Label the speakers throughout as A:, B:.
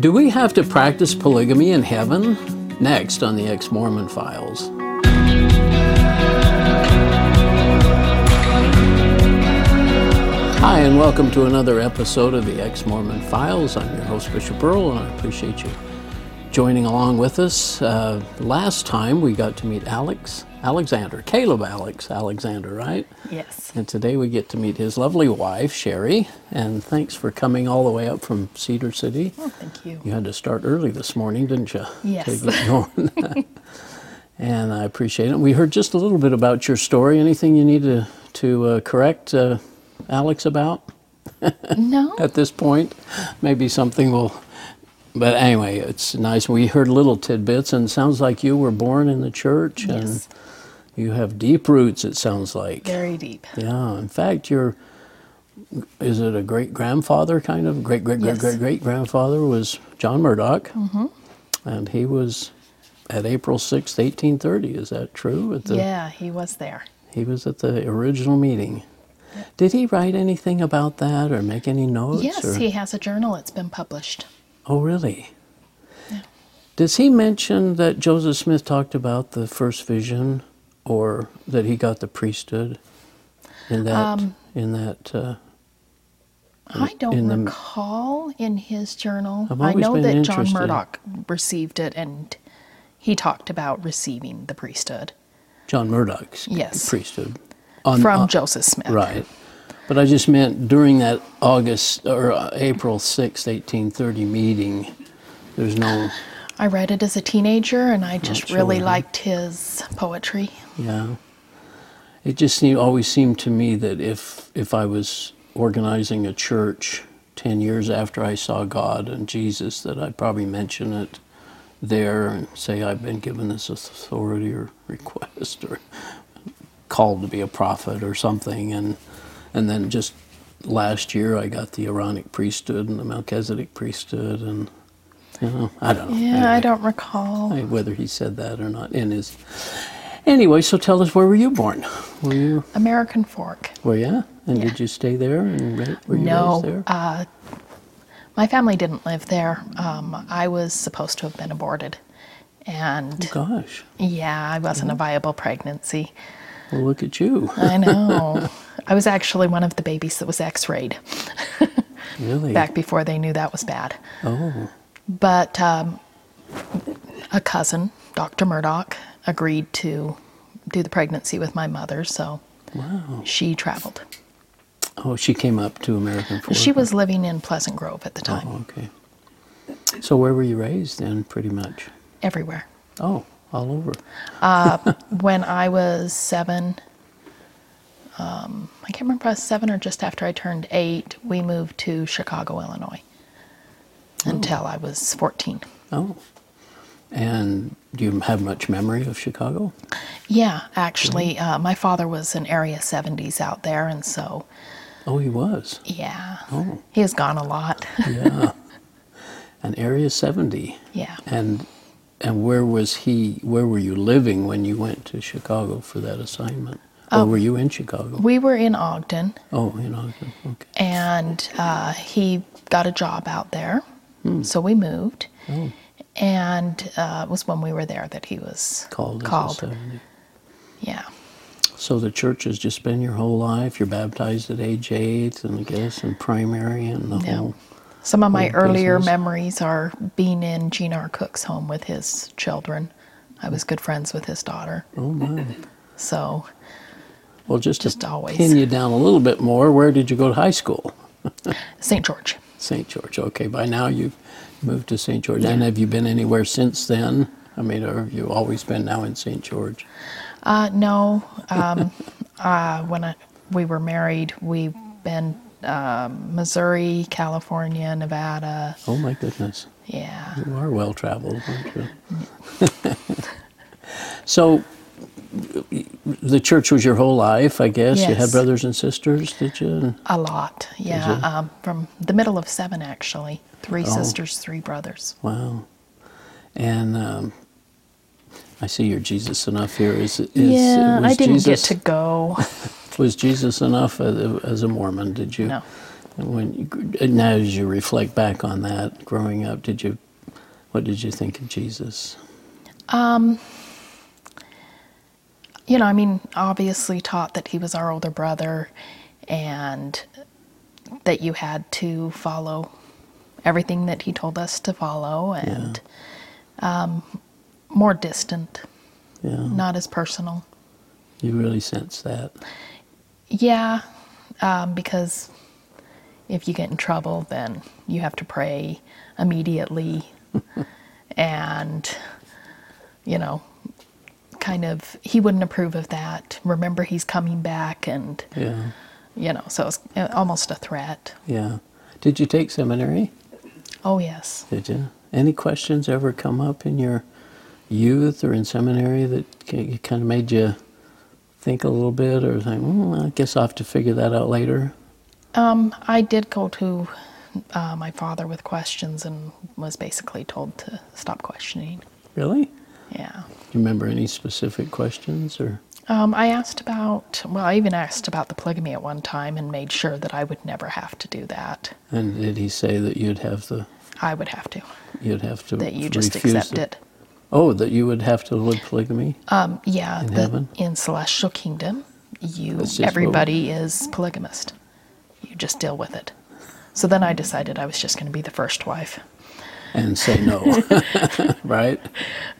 A: Do we have to practice polygamy in heaven? Next on the Ex Mormon Files. Hi, and welcome to another episode of the Ex Mormon Files. I'm your host, Bishop Earl, and I appreciate you joining along with us. Uh, last time we got to meet Alex Alexander, Caleb Alex Alexander, right?
B: Yes.
A: And today we get to meet his lovely wife, Sherry. And thanks for coming all the way up from Cedar City.
B: Oh, thank you.
A: You had to start early this morning, didn't you?
B: Yes.
A: To get going. and I appreciate it. We heard just a little bit about your story. Anything you need to, to uh, correct uh, Alex about
B: No.
A: at this point? Maybe something will. But anyway, it's nice. We heard little tidbits, and it sounds like you were born in the church,
B: Yes.
A: and you have deep roots. It sounds like.
B: Very deep.
A: Yeah. In fact, your is it a great grandfather kind of great great great
B: Yes. Mm-hmm.
A: great great grandfather was John Murdoch, and he was at April sixth, eighteen thirty. Is that true? At the,
B: Yeah, he was there.
A: He was at the original meeting. Did he write anything about that or make any notes?
B: yes,
A: or-
B: he has a journal. It's been published.
A: Oh, really? Does he mention that Joseph Smith talked about the first vision, or that he got the priesthood in that
B: Um,
A: in that? Uh,
B: I don't
A: in the-
B: recall in his journal.
A: I've
B: I
A: always
B: know
A: been
B: that John
A: interested.
B: Murdoch received it and he talked about receiving the priesthood
A: John Murdoch's
B: Yes.
A: priesthood. On,
B: from
A: on-
B: Joseph Smith.
A: Right. But I just meant during that August or uh, April 6th, 1830 meeting, there's no,
B: I read it as a teenager and I just
A: sure,
B: really
A: huh?
B: liked his poetry.
A: yeah. It just seemed, always seemed to me that if, if I was organizing a church 10 years after I saw God and Jesus, that I'd probably mention it there and say, I've been given this authority or request or called to be a prophet or something and and then just last year I got the Aaronic priesthood and the Melchizedek priesthood and you know I don't know
B: Yeah, I
A: Anyway,
B: don't recall.
A: I- whether he said that or not in his anyway so tell us where were you born were you
B: American Fork.
A: were you and
B: Yeah.
A: did you stay there and ra- were you
B: no,
A: raised there
B: Uh, my family didn't live there. Um, I was supposed to have been aborted, and
A: gosh
B: yeah, I wasn't a
A: Mm-hmm.
B: viable pregnancy.
A: well look at you
B: I know. I was actually one of the babies that was X-rayed
A: really
B: back before they knew that was bad.
A: oh
B: But um, a cousin, Dr. Murdoch, agreed to do the pregnancy with my mother, so
A: wow
B: she traveled.
A: oh she came up to American Fork
B: She was living in Pleasant Grove at the time.
A: oh okay so where were you raised then pretty much
B: Everywhere.
A: oh all over
B: when I was seven, um, I can't remember if I was seven or just after I turned eight, we moved to Chicago, Illinois until I was 14.
A: Oh. And do you have much memory of Chicago?
B: Yeah, actually, uh, my father was in Area 70s out there, and so,
A: Oh, he was.
B: yeah,
A: Oh.
B: he has gone a lot.
A: Yeah. and Area 70.
B: yeah.
A: And and where was he where were you living when you went to Chicago for that assignment?
B: Oh.
A: Or were you in Chicago?
B: We were in Ogden,
A: Oh, in Ogden. Okay.
B: and uh, he got a job out there, so we moved.
A: Hmm. Oh,
B: And uh, it was when we were there that he was
A: called, as a
B: Called.
A: 70.
B: Yeah.
A: So the church has just been your whole life. You're baptized at age 8 and I guess in primary and the
B: Yeah.
A: whole
B: Some of my
A: Home
B: earlier
A: business.
B: memories are being in Gene R. Cook's home with his children. I was good friends with his daughter.
A: Oh my.
B: So
A: Well, just,
B: Just
A: to
B: always.
A: pin you down a little bit more, where did you go to high school?
B: St. George.
A: St. George. Okay, by now you've moved to St. George. And have you been anywhere since then? I mean, or have you always been now in St. George?
B: Uh, no, um, uh, when I, we were married, we've been um Missouri, California, Nevada.
A: Oh my goodness,
B: Yeah.
A: you are well traveled, aren't you? so, the church was your whole life, I guess. You had
B: Yes.
A: brothers and sisters, did you?
B: A lot. Yeah. Um, from the middle of seven, actually. Three
A: Oh.
B: sisters, three brothers.
A: Wow. And um, I see you're Jesus enough here. Is, is
B: yeah,
A: was
B: I didn't
A: Jesus,
B: get to go.
A: Was Jesus enough as a, as a Mormon? Did you?
B: No.
A: And when you, and now, as you reflect back on that, growing up, did you, what did you think of Jesus?
B: you know, I mean, obviously taught that he was our older brother and that you had to follow everything that he told us to follow
A: Yeah,
B: and um, more distant,
A: yeah.
B: not as personal.
A: You really sense that.
B: Yeah, um, because if you get in trouble, then you have to pray immediately and, you know, kind of, he wouldn't approve of that. Remember, he's coming back and,
A: Yeah,
B: you know, so it's uh, almost a threat.
A: yeah. Did you take seminary?
B: Oh, yes.
A: Did you? Any questions ever come up in your youth or in seminary that kind of made you think a little bit or think, mm, I guess I'll have to figure that out later?
B: Um, I did go to uh, my father with questions and was basically told to stop questioning.
A: Really? Do
B: Yeah.
A: you remember any specific questions or?
B: Um, I asked about, well, I even asked about the polygamy at one time and made sure that I would never have to do that.
A: And did he say that you'd have the
B: I would have to,
A: you'd have to
B: that you just
A: refuse
B: accept
A: the
B: it.
A: Oh, that you would have to live polygamy
B: Um, yeah,
A: in
B: that
A: heaven?
B: in celestial kingdom, you
A: That's just what
B: everybody is polygamist. You just deal with it. So then I decided I was just going to be the first wife.
A: and say no. right?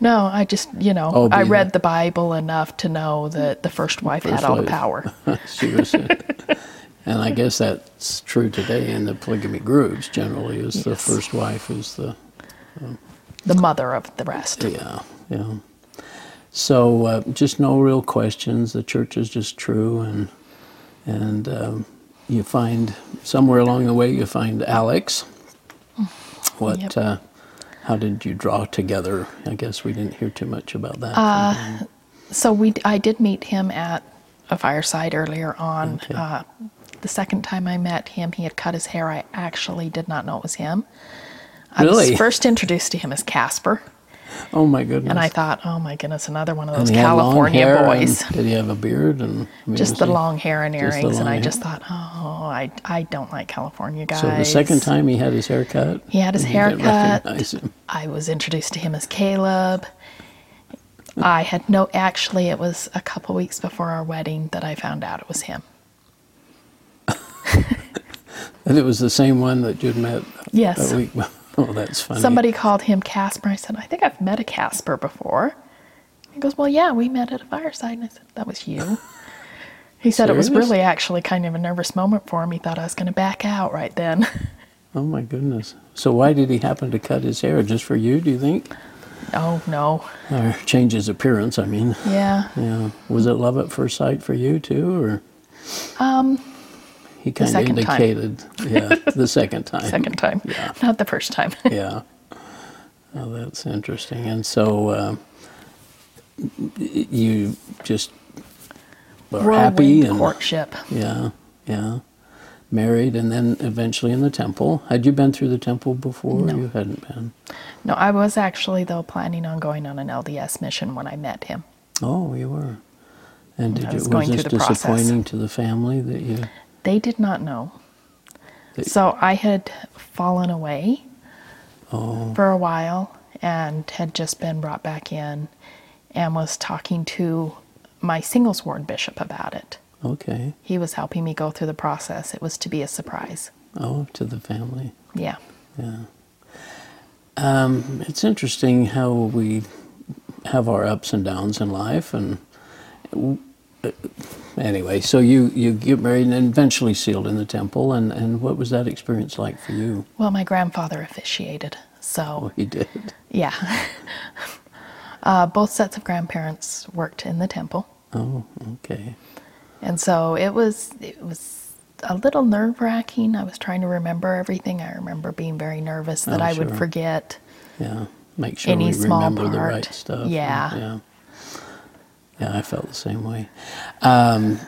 B: No, I just, you know,
A: Oh
B: I
A: be
B: read
A: the
B: the Bible enough to know that the first wife had
A: first
B: all the
A: wife.
B: power.
A: she was and I guess that's true today in the polygamy groups generally is the
B: Yes.
A: first wife is the
B: The mother of the rest.
A: yeah, yeah. So uh, just no real questions. The church is just true, and and um, you find somewhere along the way you find Alex. What?
B: Mm-hmm. Yep.
A: Uh, how did you draw together? I guess we didn't hear too much about that. From
B: Uh,
A: him.
B: So we, I did meet him at a fireside earlier on.
A: Okay.
B: Uh, the second time I met him, he had cut his hair. I actually did not know it was him. I was
A: Really?
B: first introduced to him as Casper,
A: Oh my
B: and I
A: goodness!
B: thought, oh my goodness, another one of
A: And
B: those
A: he had long
B: California
A: hair,
B: boys.
A: and did he have a beard? And I mean,
B: Just
A: was
B: the
A: he
B: long hair and
A: just the
B: earrings, and
A: long
B: I
A: hair?
B: just thought, oh, I, I don't like California guys.
A: So the second time he had his hair cut,
B: He had his
A: and you didn't
B: haircut.
A: recognize him.
B: I was introduced to him as Caleb. I had no, actually, it was a couple weeks before our wedding that I found out it was him.
A: And it was the same one that you'd met
B: Yes.
A: that week. Oh, that's funny.
B: Somebody called him Casper. I said, I think I've met a Casper before. He goes, Well, yeah, we met at a fireside. And I said, That was you. He said it was
A: Serious?
B: really actually kind of a nervous moment for him. He thought I was going to back out right then.
A: Oh my goodness. So why did he happen to cut his hair? Just for you, do you think?
B: oh, no.
A: Or change his appearance, I mean.
B: Yeah.
A: Yeah. Was it love at first sight for you too or he
B: Um, The
A: kind of
B: second time.
A: indicated yeah, the second time.
B: Second time.
A: Yeah.
B: Not the first time.
A: Yeah. Oh, that's interesting. And so uh, you just were happy
B: Whirlwind
A: and
B: courtship.
A: yeah, yeah. Married and then eventually in the temple. Had you been through the temple before?
B: No.
A: You hadn't been.
B: No, I was actually, though, planning on going on an LDS mission when I met him.
A: Oh, you were. And did
B: I
A: you,
B: was
A: was
B: going
A: this
B: through the process.
A: disappointing to the family that you?
B: They did not know.
A: That,
B: So I had fallen away
A: oh,
B: for a while and had just been brought back in and was talking to my singles ward bishop about it.
A: okay.
B: He was helping me go through the process. It was to be a surprise.
A: Oh, to the family.
B: Yeah.
A: Yeah. Um, it's interesting how we have our ups and downs in life, and uh, anyway, so you you get married and eventually sealed in the temple, and and what was that experience like for you?
B: Well, my grandfather officiated. So,
A: Oh, he did.
B: yeah. uh, both sets of grandparents worked in the temple.
A: Oh, okay.
B: And so it was it was a little nerve wracking. I was trying to remember everything. I remember being very nervous that
A: Oh,
B: I would
A: sure.
B: forget
A: Yeah. Make sure
B: any
A: we
B: small
A: remember the
B: part.
A: right stuff. and-
B: Yeah.
A: Yeah. Yeah, I felt the same way. Um,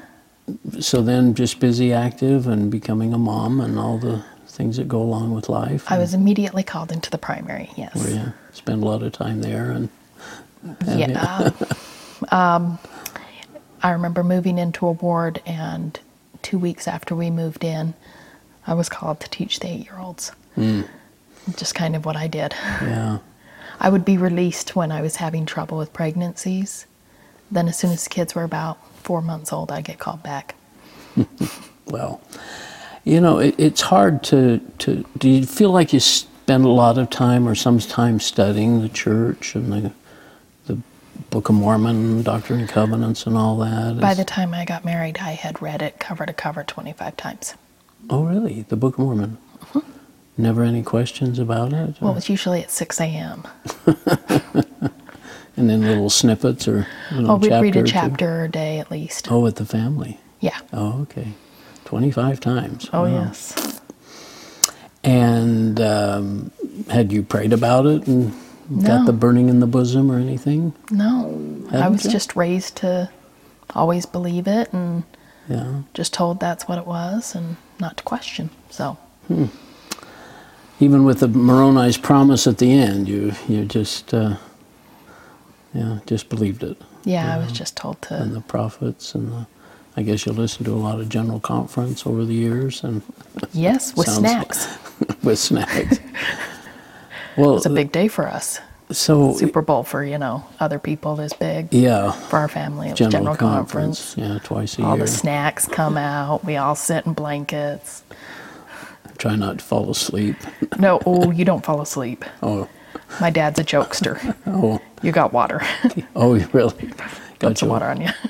A: so then just busy, active, and becoming a mom and all the things that go along with life.
B: I was immediately called into the primary,
A: and
B: yes.
A: we uh, spend a lot of time there. And
B: Yeah. um, I remember moving into a ward, and two weeks after we moved in, I was called to teach the eight year olds.
A: Hmm.
B: Just kind of what I did.
A: Yeah.
B: I would be released when I was having trouble with pregnancies. Then, as soon as the kids were about four months old, I'd get called back.
A: Well, you know, it, it's hard to, to. Do you feel like you spend a lot of time or some time studying the church and the, the Book of Mormon, Doctrine and Covenants, and all that?
B: By
A: Is-
B: the time I got married, I had read it cover to cover 25 times.
A: oh, really? The Book of Mormon? Never any questions about it?
B: Well,
A: Or-
B: it Uh-huh. was usually at 6 a.m.
A: and then little snippets or little
B: Oh, we'd
A: chapter
B: read
A: or
B: a
A: two?
B: chapter a day at least.
A: Oh, with the family.
B: Yeah.
A: Oh, okay. 25 times.
B: Oh,
A: Wow.
B: yes.
A: And um, had you prayed about it and got
B: No.
A: the burning in the bosom or anything?
B: No, I
A: Haven't
B: was
A: you?
B: just raised to always believe it and
A: Yeah.
B: just told that's what it was and not to question. So,
A: Even with the Moroni's promise at the end, you you just uh, yeah just believed it,
B: yeah, I was just told
A: and
B: to.
A: the prophets and the. I guess you listened to a lot of general conference over the years and
B: Yes, with
A: Sounds-
B: snacks.
A: with snacks. well,
B: It was a big day for us.
A: so
B: Super Bowl for, you know, other people is big.
A: yeah,
B: For our family, it was
A: general,
B: General
A: conference,
B: Conference.
A: yeah, twice a
B: All
A: year.
B: the snacks come out. We all sit in blankets.
A: Try not to fall asleep.
B: No, oh, you don't fall asleep.
A: Oh,
B: My dad's a jokester.
A: oh,
B: You got water.
A: oh, you really?
B: Got some
A: you.
B: water on you.
A: Well,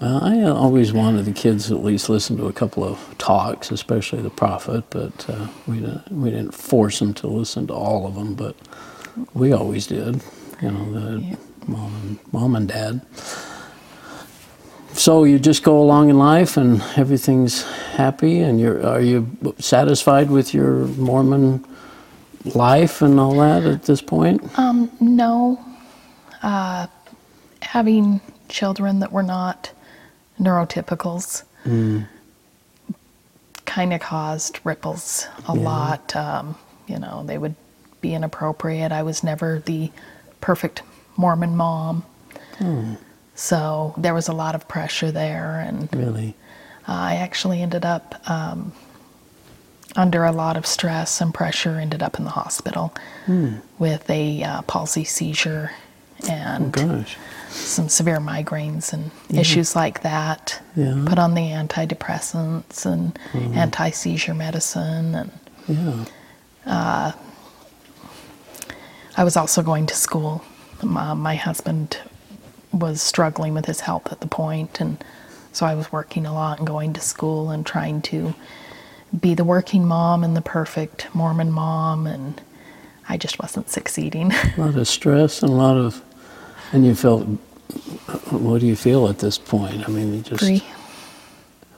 A: Uh, I always wanted the kids to at least listen to a couple of talks, especially the prophet, but uh, we, didn't, we didn't force them to listen to all of them, but we always did, you know, the
B: Yeah.
A: mom, and, mom and dad. So you just go along in life and everything's happy, and you're, are you satisfied with your Mormon life and all that at this point?
B: No. Uh, having children that were not neurotypicals kind of caused ripples a lot. Um, you know, they would be inappropriate. I was never the perfect Mormon mom. So there was a lot of pressure there.
A: Hmm.
B: And
A: Really?
B: I actually ended up um, under a lot of stress and pressure, ended up in the hospital with a uh, palsy seizure
A: Oh,
B: and
A: gosh.
B: some severe migraines and issues like that.
A: Yeah. Mm-hmm.
B: Put on the antidepressants and anti seizure medicine. And uh,
A: Yeah.
B: I was also going to school. My, my husband was struggling with his health at the point, and so I was working a lot and going to school and trying to be the working mom and the perfect Mormon mom, and I just wasn't succeeding.
A: A lot of stress and a lot of, and you felt. What do you feel at this point? I mean, you just.
B: Free.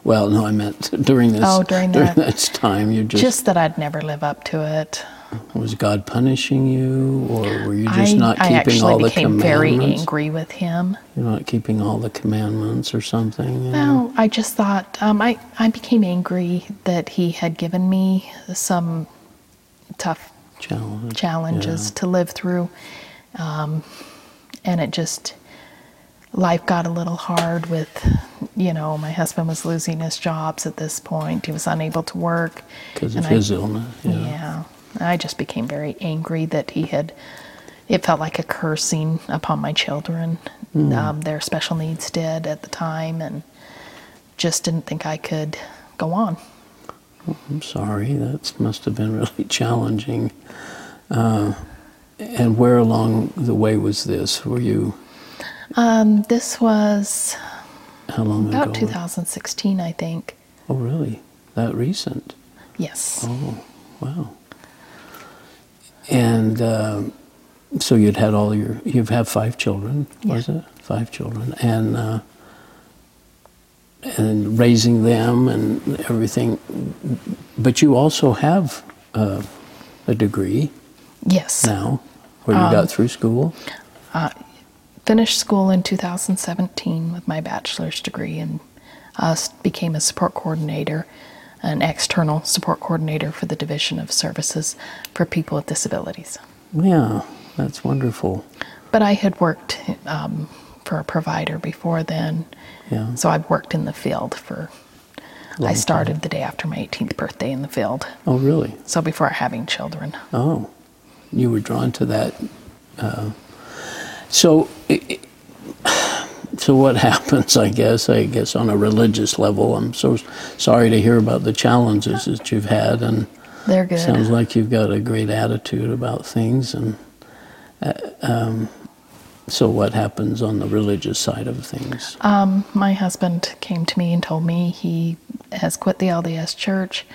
A: Well, no, I meant during this.
B: Oh, during that.
A: this time, you just,
B: Just that I'd never live up to it.
A: was God punishing you, or were you just
B: I,
A: not
B: I
A: keeping
B: actually
A: all the
B: became very
A: commandments?
B: angry with him.
A: You're not keeping all the commandments or something. You know?
B: Well, I just thought um, I I became angry that he had given me some tough
A: Challenge.
B: challenges to live through. Um, and it just, life got a little hard with, you know, my husband was losing his jobs at this point. He was unable to work.
A: Because
B: and
A: of
B: I-
A: his illness.
B: Yeah. I just became very angry that he had, it felt like a cursing upon my children.
A: Mm.
B: Um, their special needs did at the time, and just didn't think I could go on.
A: I'm sorry. That must have been really challenging. Uh, and where along the way was this? Were you?
B: Um, this was
A: How long
B: about
A: ago?
B: 2016, I think.
A: Oh, really? That recent?
B: Yes.
A: Oh, wow. And um, so you'd had all your, you've had five children, was
B: Yeah.
A: it? Five children. And, uh, and raising them and everything. But you also have uh, a degree
B: Yes.
A: now where you got through school.
B: Finished school in 2017 with my bachelor's degree and uh, s- became a support coordinator, an external support coordinator for the Division of Services for People with Disabilities.
A: Yeah, that's wonderful.
B: But I had worked um, for a provider before then,
A: Yeah.
B: so I've worked in the field for. I
A: Long
B: started the day after my 18th birthday in the field.
A: Oh, really?
B: So before having children.
A: Oh, you were drawn to that. Uh, so, i i so what happens? I guess. I guess on a religious level, I'm so sorry to hear about the challenges that you've had, and
B: They're good.
A: sounds like you've got a great attitude about things. And uh, um, so, what happens on the religious side of things?
B: Uh, my husband came to me and told me he has quit the LDS church.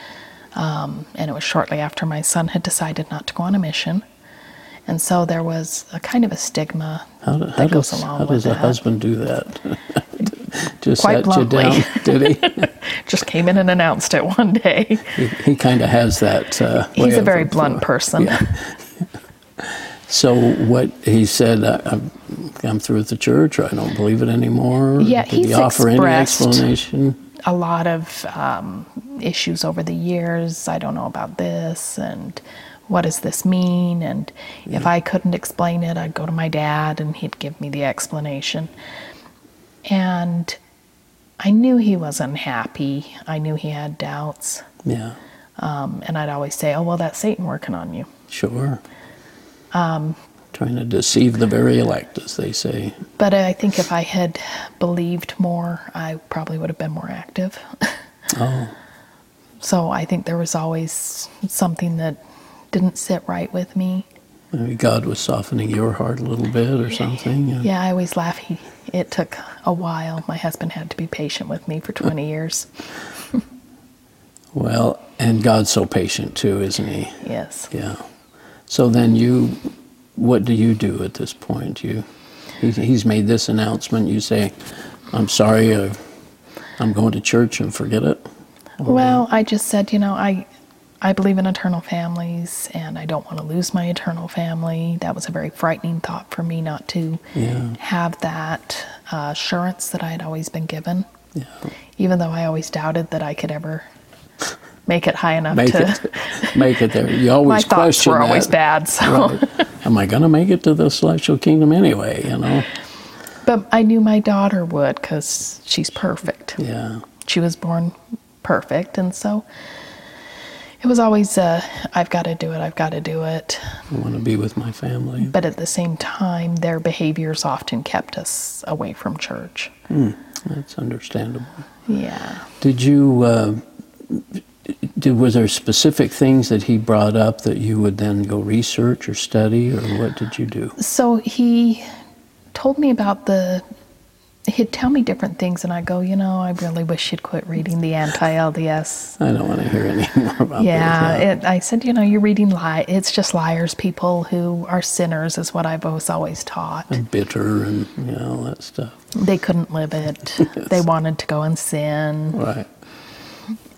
B: Um, and it was shortly after my son had decided not to go on a mission. And so there was a kind of a stigma
A: how do, how
B: that goes
A: does
B: along
A: how
B: with
A: does a
B: that.
A: husband do that? Just
B: Quite
A: sat you down,
B: bluntly.
A: did he?
B: Just came in and announced it one day.
A: He, he kind of has that. Uh, way
B: He's a
A: of-
B: very blunt person.
A: So what he said, I, I'm, I'm through with the church. Or I don't believe it anymore.
B: Yeah,
A: Did he
B: he's
A: offer any
B: expressed-
A: explanation?
B: a lot of um, issues over the years. I don't know about this, and what does this mean? And if I couldn't explain it, I'd go to my dad, and he'd give me the explanation. And I knew he was unhappy. I knew he had doubts,
A: Yeah,
B: um, and I'd always say, "Oh, well, that's Satan working on you."
A: sure. Um,
B: Um,
A: Trying to deceive the very elect, as they say.
B: But I think if I had believed more, I probably would have been more active.
A: Oh,
B: So I think there was always something that didn't sit right with me.
A: maybe God was softening your heart a little bit or something. and-
B: Yeah, I always laugh. He, it took a while. My husband had to be patient with me for 20 years.
A: Well, and God's so patient too, isn't He?
B: Yes.
A: Yeah. So then you, what do you do at this point? You, he, he's made this announcement. You say, "I'm sorry, uh, I'm going to church and forget it."
B: Well, I just said, you know, I, I believe in eternal families, and I don't want to lose my eternal family. That was a very frightening thought for me not to
A: Yeah.
B: have that uh, assurance that I had always been given,
A: Yeah.
B: even though I always doubted that I could ever make it high enough
A: Make
B: to.
A: it, make it there. You
B: My
A: always
B: thoughts
A: question
B: were always
A: that.
B: bad, so.
A: Right. Am I going to make it to the celestial kingdom anyway? You know.
B: But I knew my daughter would because she's perfect.
A: Yeah.
B: She was born perfect, and so it was always, uh, I've got to do it, I've got to do it.
A: I want to be with my family.
B: But at the same time, their behaviors often kept us away from church.
A: That's understandable.
B: Yeah.
A: Did you? Uh, did, were there specific things that he brought up that you would then go research or study, or what did you do?
B: So he told me about the. He'd tell me different things, and I go, you know, I really wish you'd quit reading the anti-LDS
A: I don't want to hear any more about
B: Yeah,
A: this.
B: it, I said, you know, you're reading lie. It's just liars, people who are sinners, is what I've always always taught.
A: Mm. bitter and you know all that stuff.
B: They couldn't live it. They wanted to go and sin,
A: Right.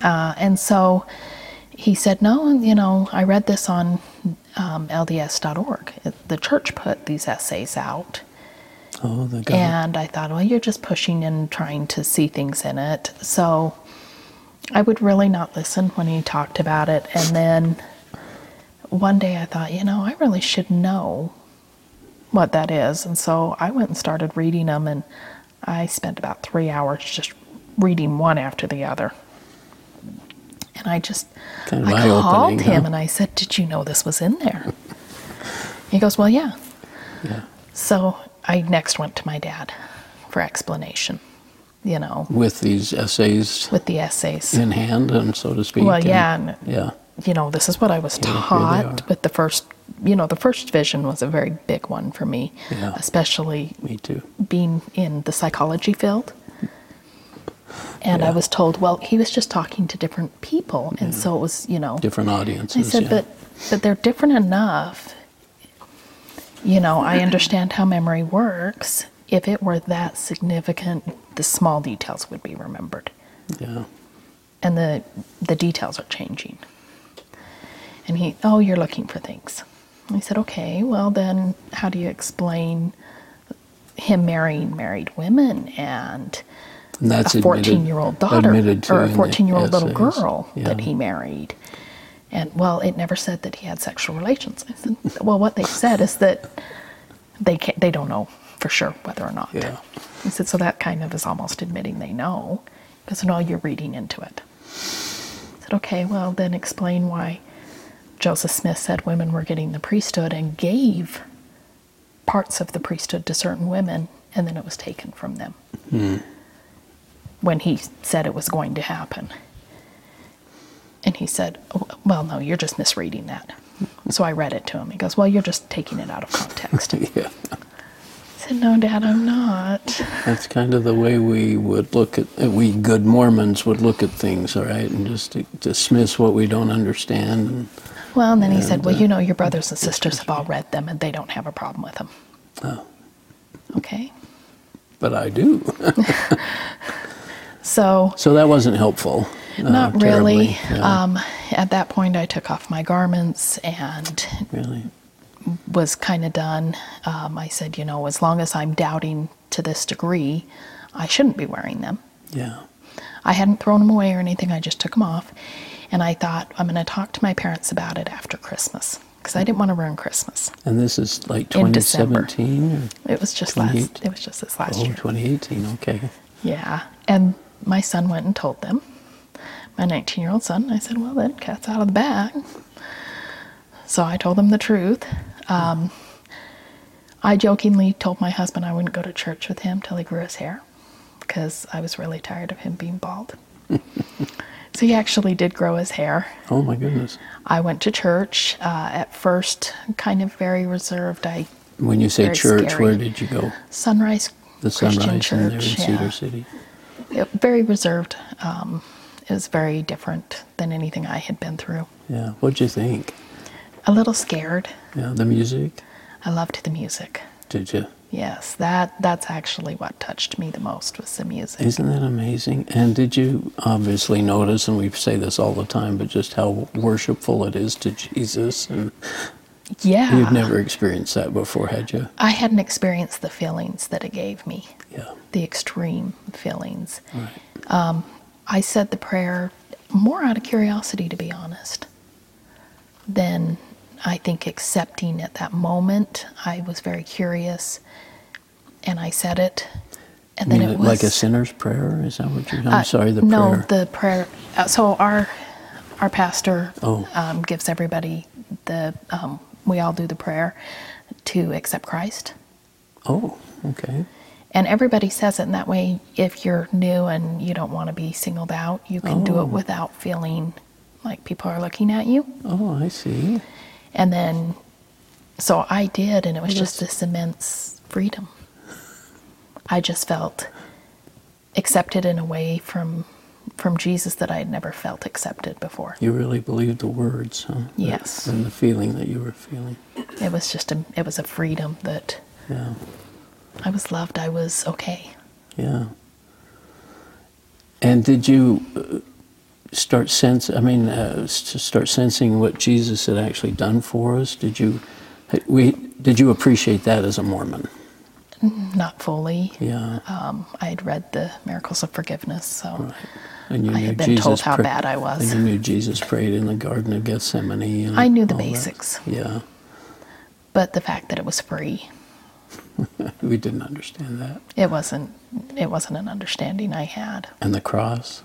B: uh, and so he said, no, and, you know, I read this on um, LDS.org. It, the church put these essays out,
A: Oh, the God.
B: and I thought, well, you're just pushing and trying to see things in it. So I would really not listen when he talked about it. And then one day I thought, you know, I really should know what that is. And so I went and started reading them, and I spent about three hours just reading one after the other. And I just,
A: Kind of
B: I
A: eye-opening,
B: called him
A: huh?
B: and I said, Did you know this was in there? he goes, Well, yeah.
A: Yeah.
B: So I next went to my dad for explanation, you know,
A: With these essays
B: with the essays.
A: in hand, and so to speak.
B: Well,
A: and-
B: yeah, and-
A: yeah.
B: You know, this is what I was
A: they are.
B: taught with the first, you know, the first vision was a very big one for me,
A: Yeah.
B: especially
A: Me too.
B: being in the psychology field. And I
A: Yeah. Mm-hmm.
B: was told, well, he was just talking to different people. And so it was, you know,
A: Different
B: I
A: audiences.
B: said,
A: yeah.
B: but, but they're different enough. You know, I understand how memory works. If it were that significant, the small details would be remembered,
A: yeah.
B: and the the details are changing. And he, oh, you're looking for things. I said, okay, well then, how do you explain him marrying married women and
A: And that's
B: a 14 year old daughter
A: admitted to
B: or a
A: in the
B: 14 year old little
A: essays.
B: girl that
A: Yeah.
B: he married. And well, it never said that he had sexual relations. I said, well, what they said is that they can't, they don't know for sure whether or not.
A: Yeah.
B: I said, so that kind of is almost admitting they know because no, you're reading into it. I said, okay, well, then explain why Joseph Smith said women were getting the priesthood and gave parts of the priesthood to certain women, and then it was taken from them
A: Hmm.
B: when he said it was going to happen. And he said, "Oh, Well, no, you're just misreading that. So I read it to him. He goes, Well, you're just taking it out of context. I
A: yeah.
B: said, No, Dad, I'm not.
A: That's kind of the way we would look at uh, we good Mormons would look at things, all right, and just dismiss what we don't understand. And,
B: Well, and then he said,
A: And,
B: Well,
A: uh,
B: you know, your brothers and sisters have all read them and they don't have a problem with them.
A: Oh.
B: Okay.
A: but I do.
B: So,
A: So that wasn't helpful. uh,
B: not really.
A: terribly, yeah,
B: Um, at that point, I took off my garments and
A: really.
B: was kind of done. Um, I said, You know, as long as I'm doubting to this degree, I shouldn't be wearing them.
A: Yeah.
B: I hadn't thrown them away or anything. I just took them off. And I thought, I'm going to talk to my parents about it after Christmas because I didn't want to ruin Christmas.
A: And this is like
B: In December.
A: 2017 or
B: It was just
A: 28?
B: last. It was just this last
A: oh,
B: year.
A: 2018. Okay.
B: Yeah. And my son went and told them, my 19 year old son. I said, well, then, cat's out of the bag. So I told them the truth. Um, I jokingly told my husband I wouldn't go to church with him till he grew his hair because I was really tired of him being bald. so he actually did grow his hair.
A: Oh my goodness.
B: I went to church uh, at first, kind of very reserved. I
A: When you say
B: Very
A: church,
B: scary.
A: where did you go?
B: Sunrise
A: The
B: Christian
A: sunrise in there in
B: Church,
A: Cedar
B: yeah.
A: City.
B: It- very reserved. Um, it was very different than anything I had been through.
A: Yeah. What'd you think?
B: A little scared.
A: Yeah. The music.
B: I loved the music.
A: Did you?
B: Yes, that that's actually what touched me the most was the music.
A: Isn't that amazing? And did you obviously notice, and we say this all the time, but just how worshipful it is to Jesus? And
B: yeah,
A: you've never experienced that before, had you?
B: I hadn't experienced the feelings that it gave me,
A: Yeah.
B: the extreme feelings.
A: Right.
B: Um, I said the prayer more out of curiosity, to be honest, than I think accepting at that moment. I was very curious and I said it. And
A: You
B: then
A: mean
B: it
A: it
B: was
A: like a sinner's prayer? Is that what you're? I'm
B: uh,
A: sorry, the
B: no,
A: prayer.
B: the prayer. uh, So our our pastor
A: Oh.
B: um, gives everybody the um, we all do the prayer to accept Christ,
A: oh, okay.
B: and everybody says it. And that way, if you're new and you don't want to be singled out, you can do
A: Oh.
B: it without feeling like people are looking at you.
A: Oh, I see.
B: And then, so I did, and it was
A: Well,
B: just
A: that's-
B: this immense freedom. I just felt accepted in a way from from Jesus that I had never felt accepted before.
A: You really believed the words, huh? That-
B: Yes.
A: And the feeling that you were feeling.
B: It was just a it was a freedom that
A: Yeah.
B: I was loved. I was okay.
A: Yeah. And did you uh, start sense? I mean, uh, s- to start sensing what Jesus had actually done for us. Did you? had- We did you appreciate that as a Mormon?
B: Not fully.
A: Yeah.
B: Um, I had read the miracles of forgiveness, so
A: Right. And you
B: I
A: knew
B: had been told
A: Jesus
B: how
A: pra-
B: bad I was.
A: And you knew Jesus prayed in the Garden of Gethsemane. And
B: I knew the
A: all that.
B: basics.
A: Yeah.
B: but the fact that it was free,
A: We didn't understand that.
B: it wasn't it wasn't an understanding I had.
A: And the cross.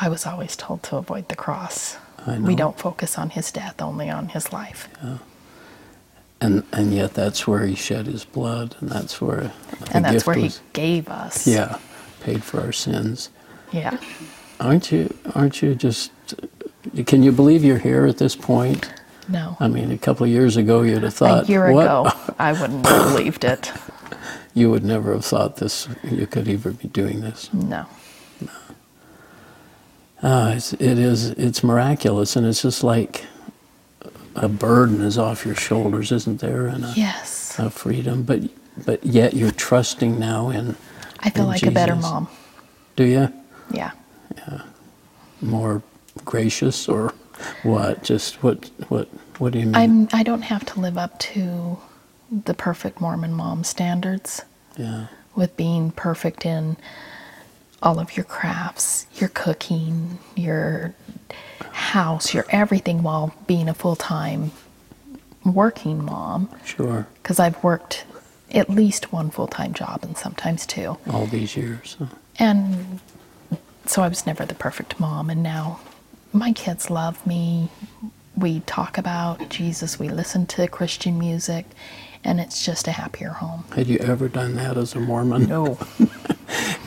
B: I was always told to avoid the cross.
A: I
B: We
A: know.
B: don't focus on his death, only on his life.
A: And and yet that's where he shed his blood, and that's where the
B: and that's
A: gift
B: where
A: was.
B: he gave us.
A: yeah paid for our sins.
B: Yeah.
A: Aren't you? Aren't you just? Can you believe you're here at this point?
B: No.
A: I mean, a couple of years ago, you'd have thought
B: a year
A: what?
B: ago, I wouldn't have believed it.
A: You would never have thought this. You could even be doing this.
B: No.
A: Ah, it's, it is. It's miraculous, and it's just like a burden is off your shoulders, isn't there? And a,
B: Yes.
A: a freedom, but but yet you're trusting now in.
B: I feel
A: in
B: like a better
A: Oh, Jesus.
B: mom.
A: Do you
B: Yeah.
A: more gracious or what? Just what what what do you mean?
B: I'm I don't have to live up to the perfect Mormon mom standards
A: yeah.
B: with being perfect in all of your crafts, your cooking, your house, your everything while being a full-time working mom
A: Sure.
B: because I've worked at least one full-time job and sometimes two.
A: All these years. huh?
B: And so I was never the perfect mom, and now my kids love me. We talk about Jesus, we listen to Christian music, and it's just a happier home.
A: Had you ever done that as a Mormon?
B: No.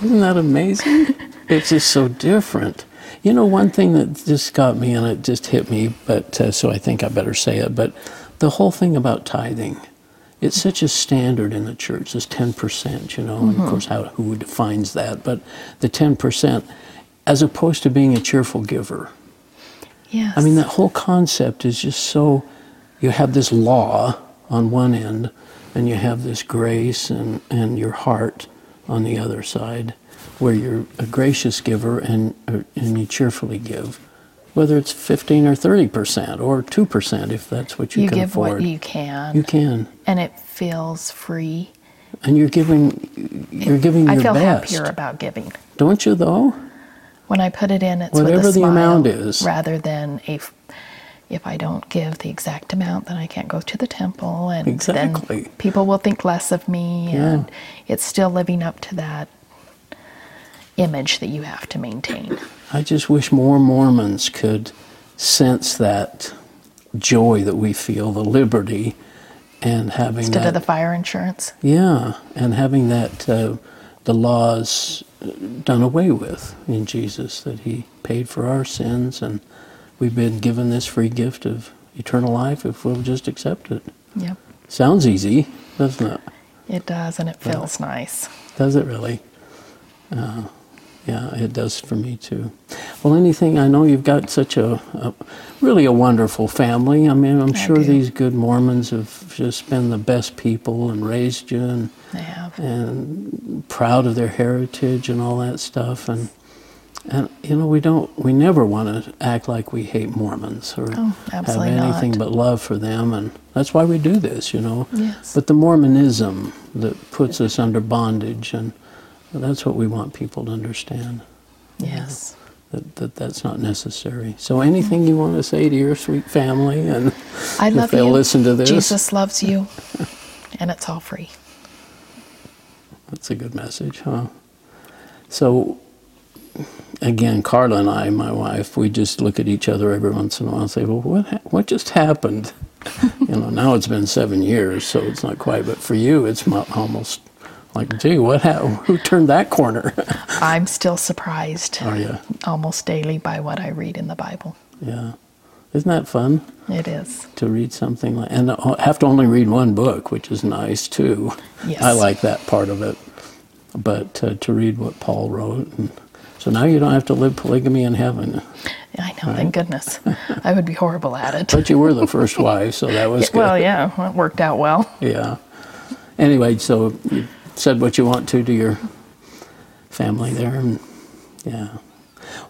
A: Isn't that amazing? it's just so different. You know, one thing that just got me and it just hit me, but uh, so I think I better say it, but the whole thing about tithing, it's such a standard in the church, this 10%, you know, and of course, how, who defines that, but the 10%, as opposed to being a cheerful giver.
B: Yes.
A: I mean, that whole concept is just so. You have this law on one end, and you have this grace and, and your heart on the other side, where you're a gracious giver and, uh, and you cheerfully give, whether it's 15 or 30% or 2%, if that's what you,
B: you
A: can
B: give
A: afford.
B: what you can,
A: You can.
B: and it feels free.
A: And you're giving, you're giving
B: I
A: your
B: feel
A: best.
B: happier about giving.
A: Don't you, though?
B: When I put it in, it's with
A: Whatever
B: a
A: the
B: smile,
A: amount is.
B: rather than a. f- If I don't give the exact amount, then I can't go to the temple, and
A: Exactly.
B: then people will think less of me, and it's still living up to that image that you have to maintain.
A: I just wish more Mormons could sense that joy that we feel, the liberty, and having
B: Instead
A: that.
B: of the fire insurance,
A: yeah, and having that uh, the laws uh, done away with in Jesus, that He paid for our sins, and we've been given this free gift of eternal life if we'll just accept it.
B: yep,
A: Sounds easy, doesn't it?
B: it does, and it feels nice.
A: Does it really? Uh, yeah, it does for me too. Well, anything, I know you've got such a, a really a wonderful family. I mean, I'm
B: I
A: sure
B: do.
A: these good Mormons have just been the best people and raised you and,
B: I have.
A: and proud of their heritage and all that stuff. And, and, you know, we don't, we never want to act like we hate Mormons or
B: Oh,
A: have
B: absolutely
A: anything
B: not.
A: but love for them. And that's why we do this, you know.
B: Yes.
A: But the Mormonism that puts us under bondage, and that's what we want people to understand.
B: Yes.
A: That, that that's not necessary. So anything you want to say to your sweet family, and
B: I love
A: they'll
B: you.
A: listen to this.
B: Jesus loves you, and it's all free.
A: that's a good message, huh? So again, Carla and I, my wife, we just look at each other every once in a while and say, "Well, what ha- what just happened?" you know, now it's been seven years, so it's not quite. But for you, it's mo- almost like, "Gee, what? Ha- who turned that corner?"
B: I'm still surprised
A: Are you?
B: almost daily by what I read in the Bible.
A: Yeah. Isn't that fun
B: It is.
A: to read something like and I have to only read one book, which is nice too.
B: Yes.
A: I like that part of it. But uh, to read what Paul wrote and so now you don't have to live polygamy in heaven.
B: I know, thank goodness. I would be horrible at it.
A: But you were the first wife, so that was good.
B: well, yeah, well, it worked out well.
A: yeah. Anyway, so you said what you want to to your family there and yeah.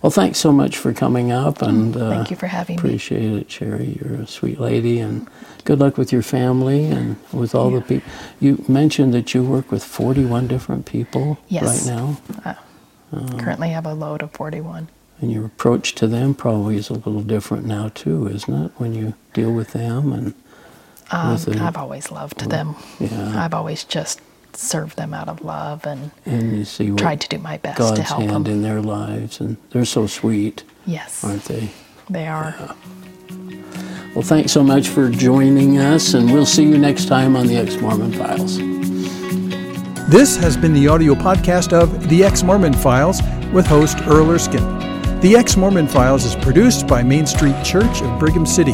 A: Well, thanks so much for coming up and uh,
B: Thank you for having me.
A: Appreciate it, Sherry. You're a sweet lady, and good luck with your family and with all the people. You mentioned that you work with 41 different people
B: Yes.
A: right now,
B: Currently have a load of 41.
A: and your approach to them probably is a little different now too, isn't it? When you deal with them and
B: Um,
A: with the-
B: I've always loved them.
A: yeah,
B: I've always just served them out of love and
A: and you see what
B: tried to do my best
A: God's
B: to help
A: hand
B: them.
A: in their lives, and they're so sweet,
B: Yes,
A: aren't they?
B: they are.
A: Well, thanks so much for joining us, and we'll see you next time on the Ex Mormon Files.
C: This has been the audio podcast of The Ex Mormon Files with host Earl Erskine. The Ex Mormon Files is produced by Main Street Church of Brigham City.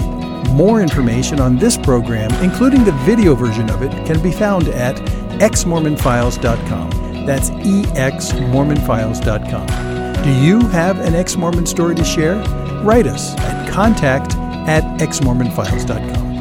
C: More information on this program, including the video version of it, can be found at exmormonfiles.com. That's E exmormonfiles.com. Do you have an ex Mormon story to share? Write us at contact at exmormonfiles.com.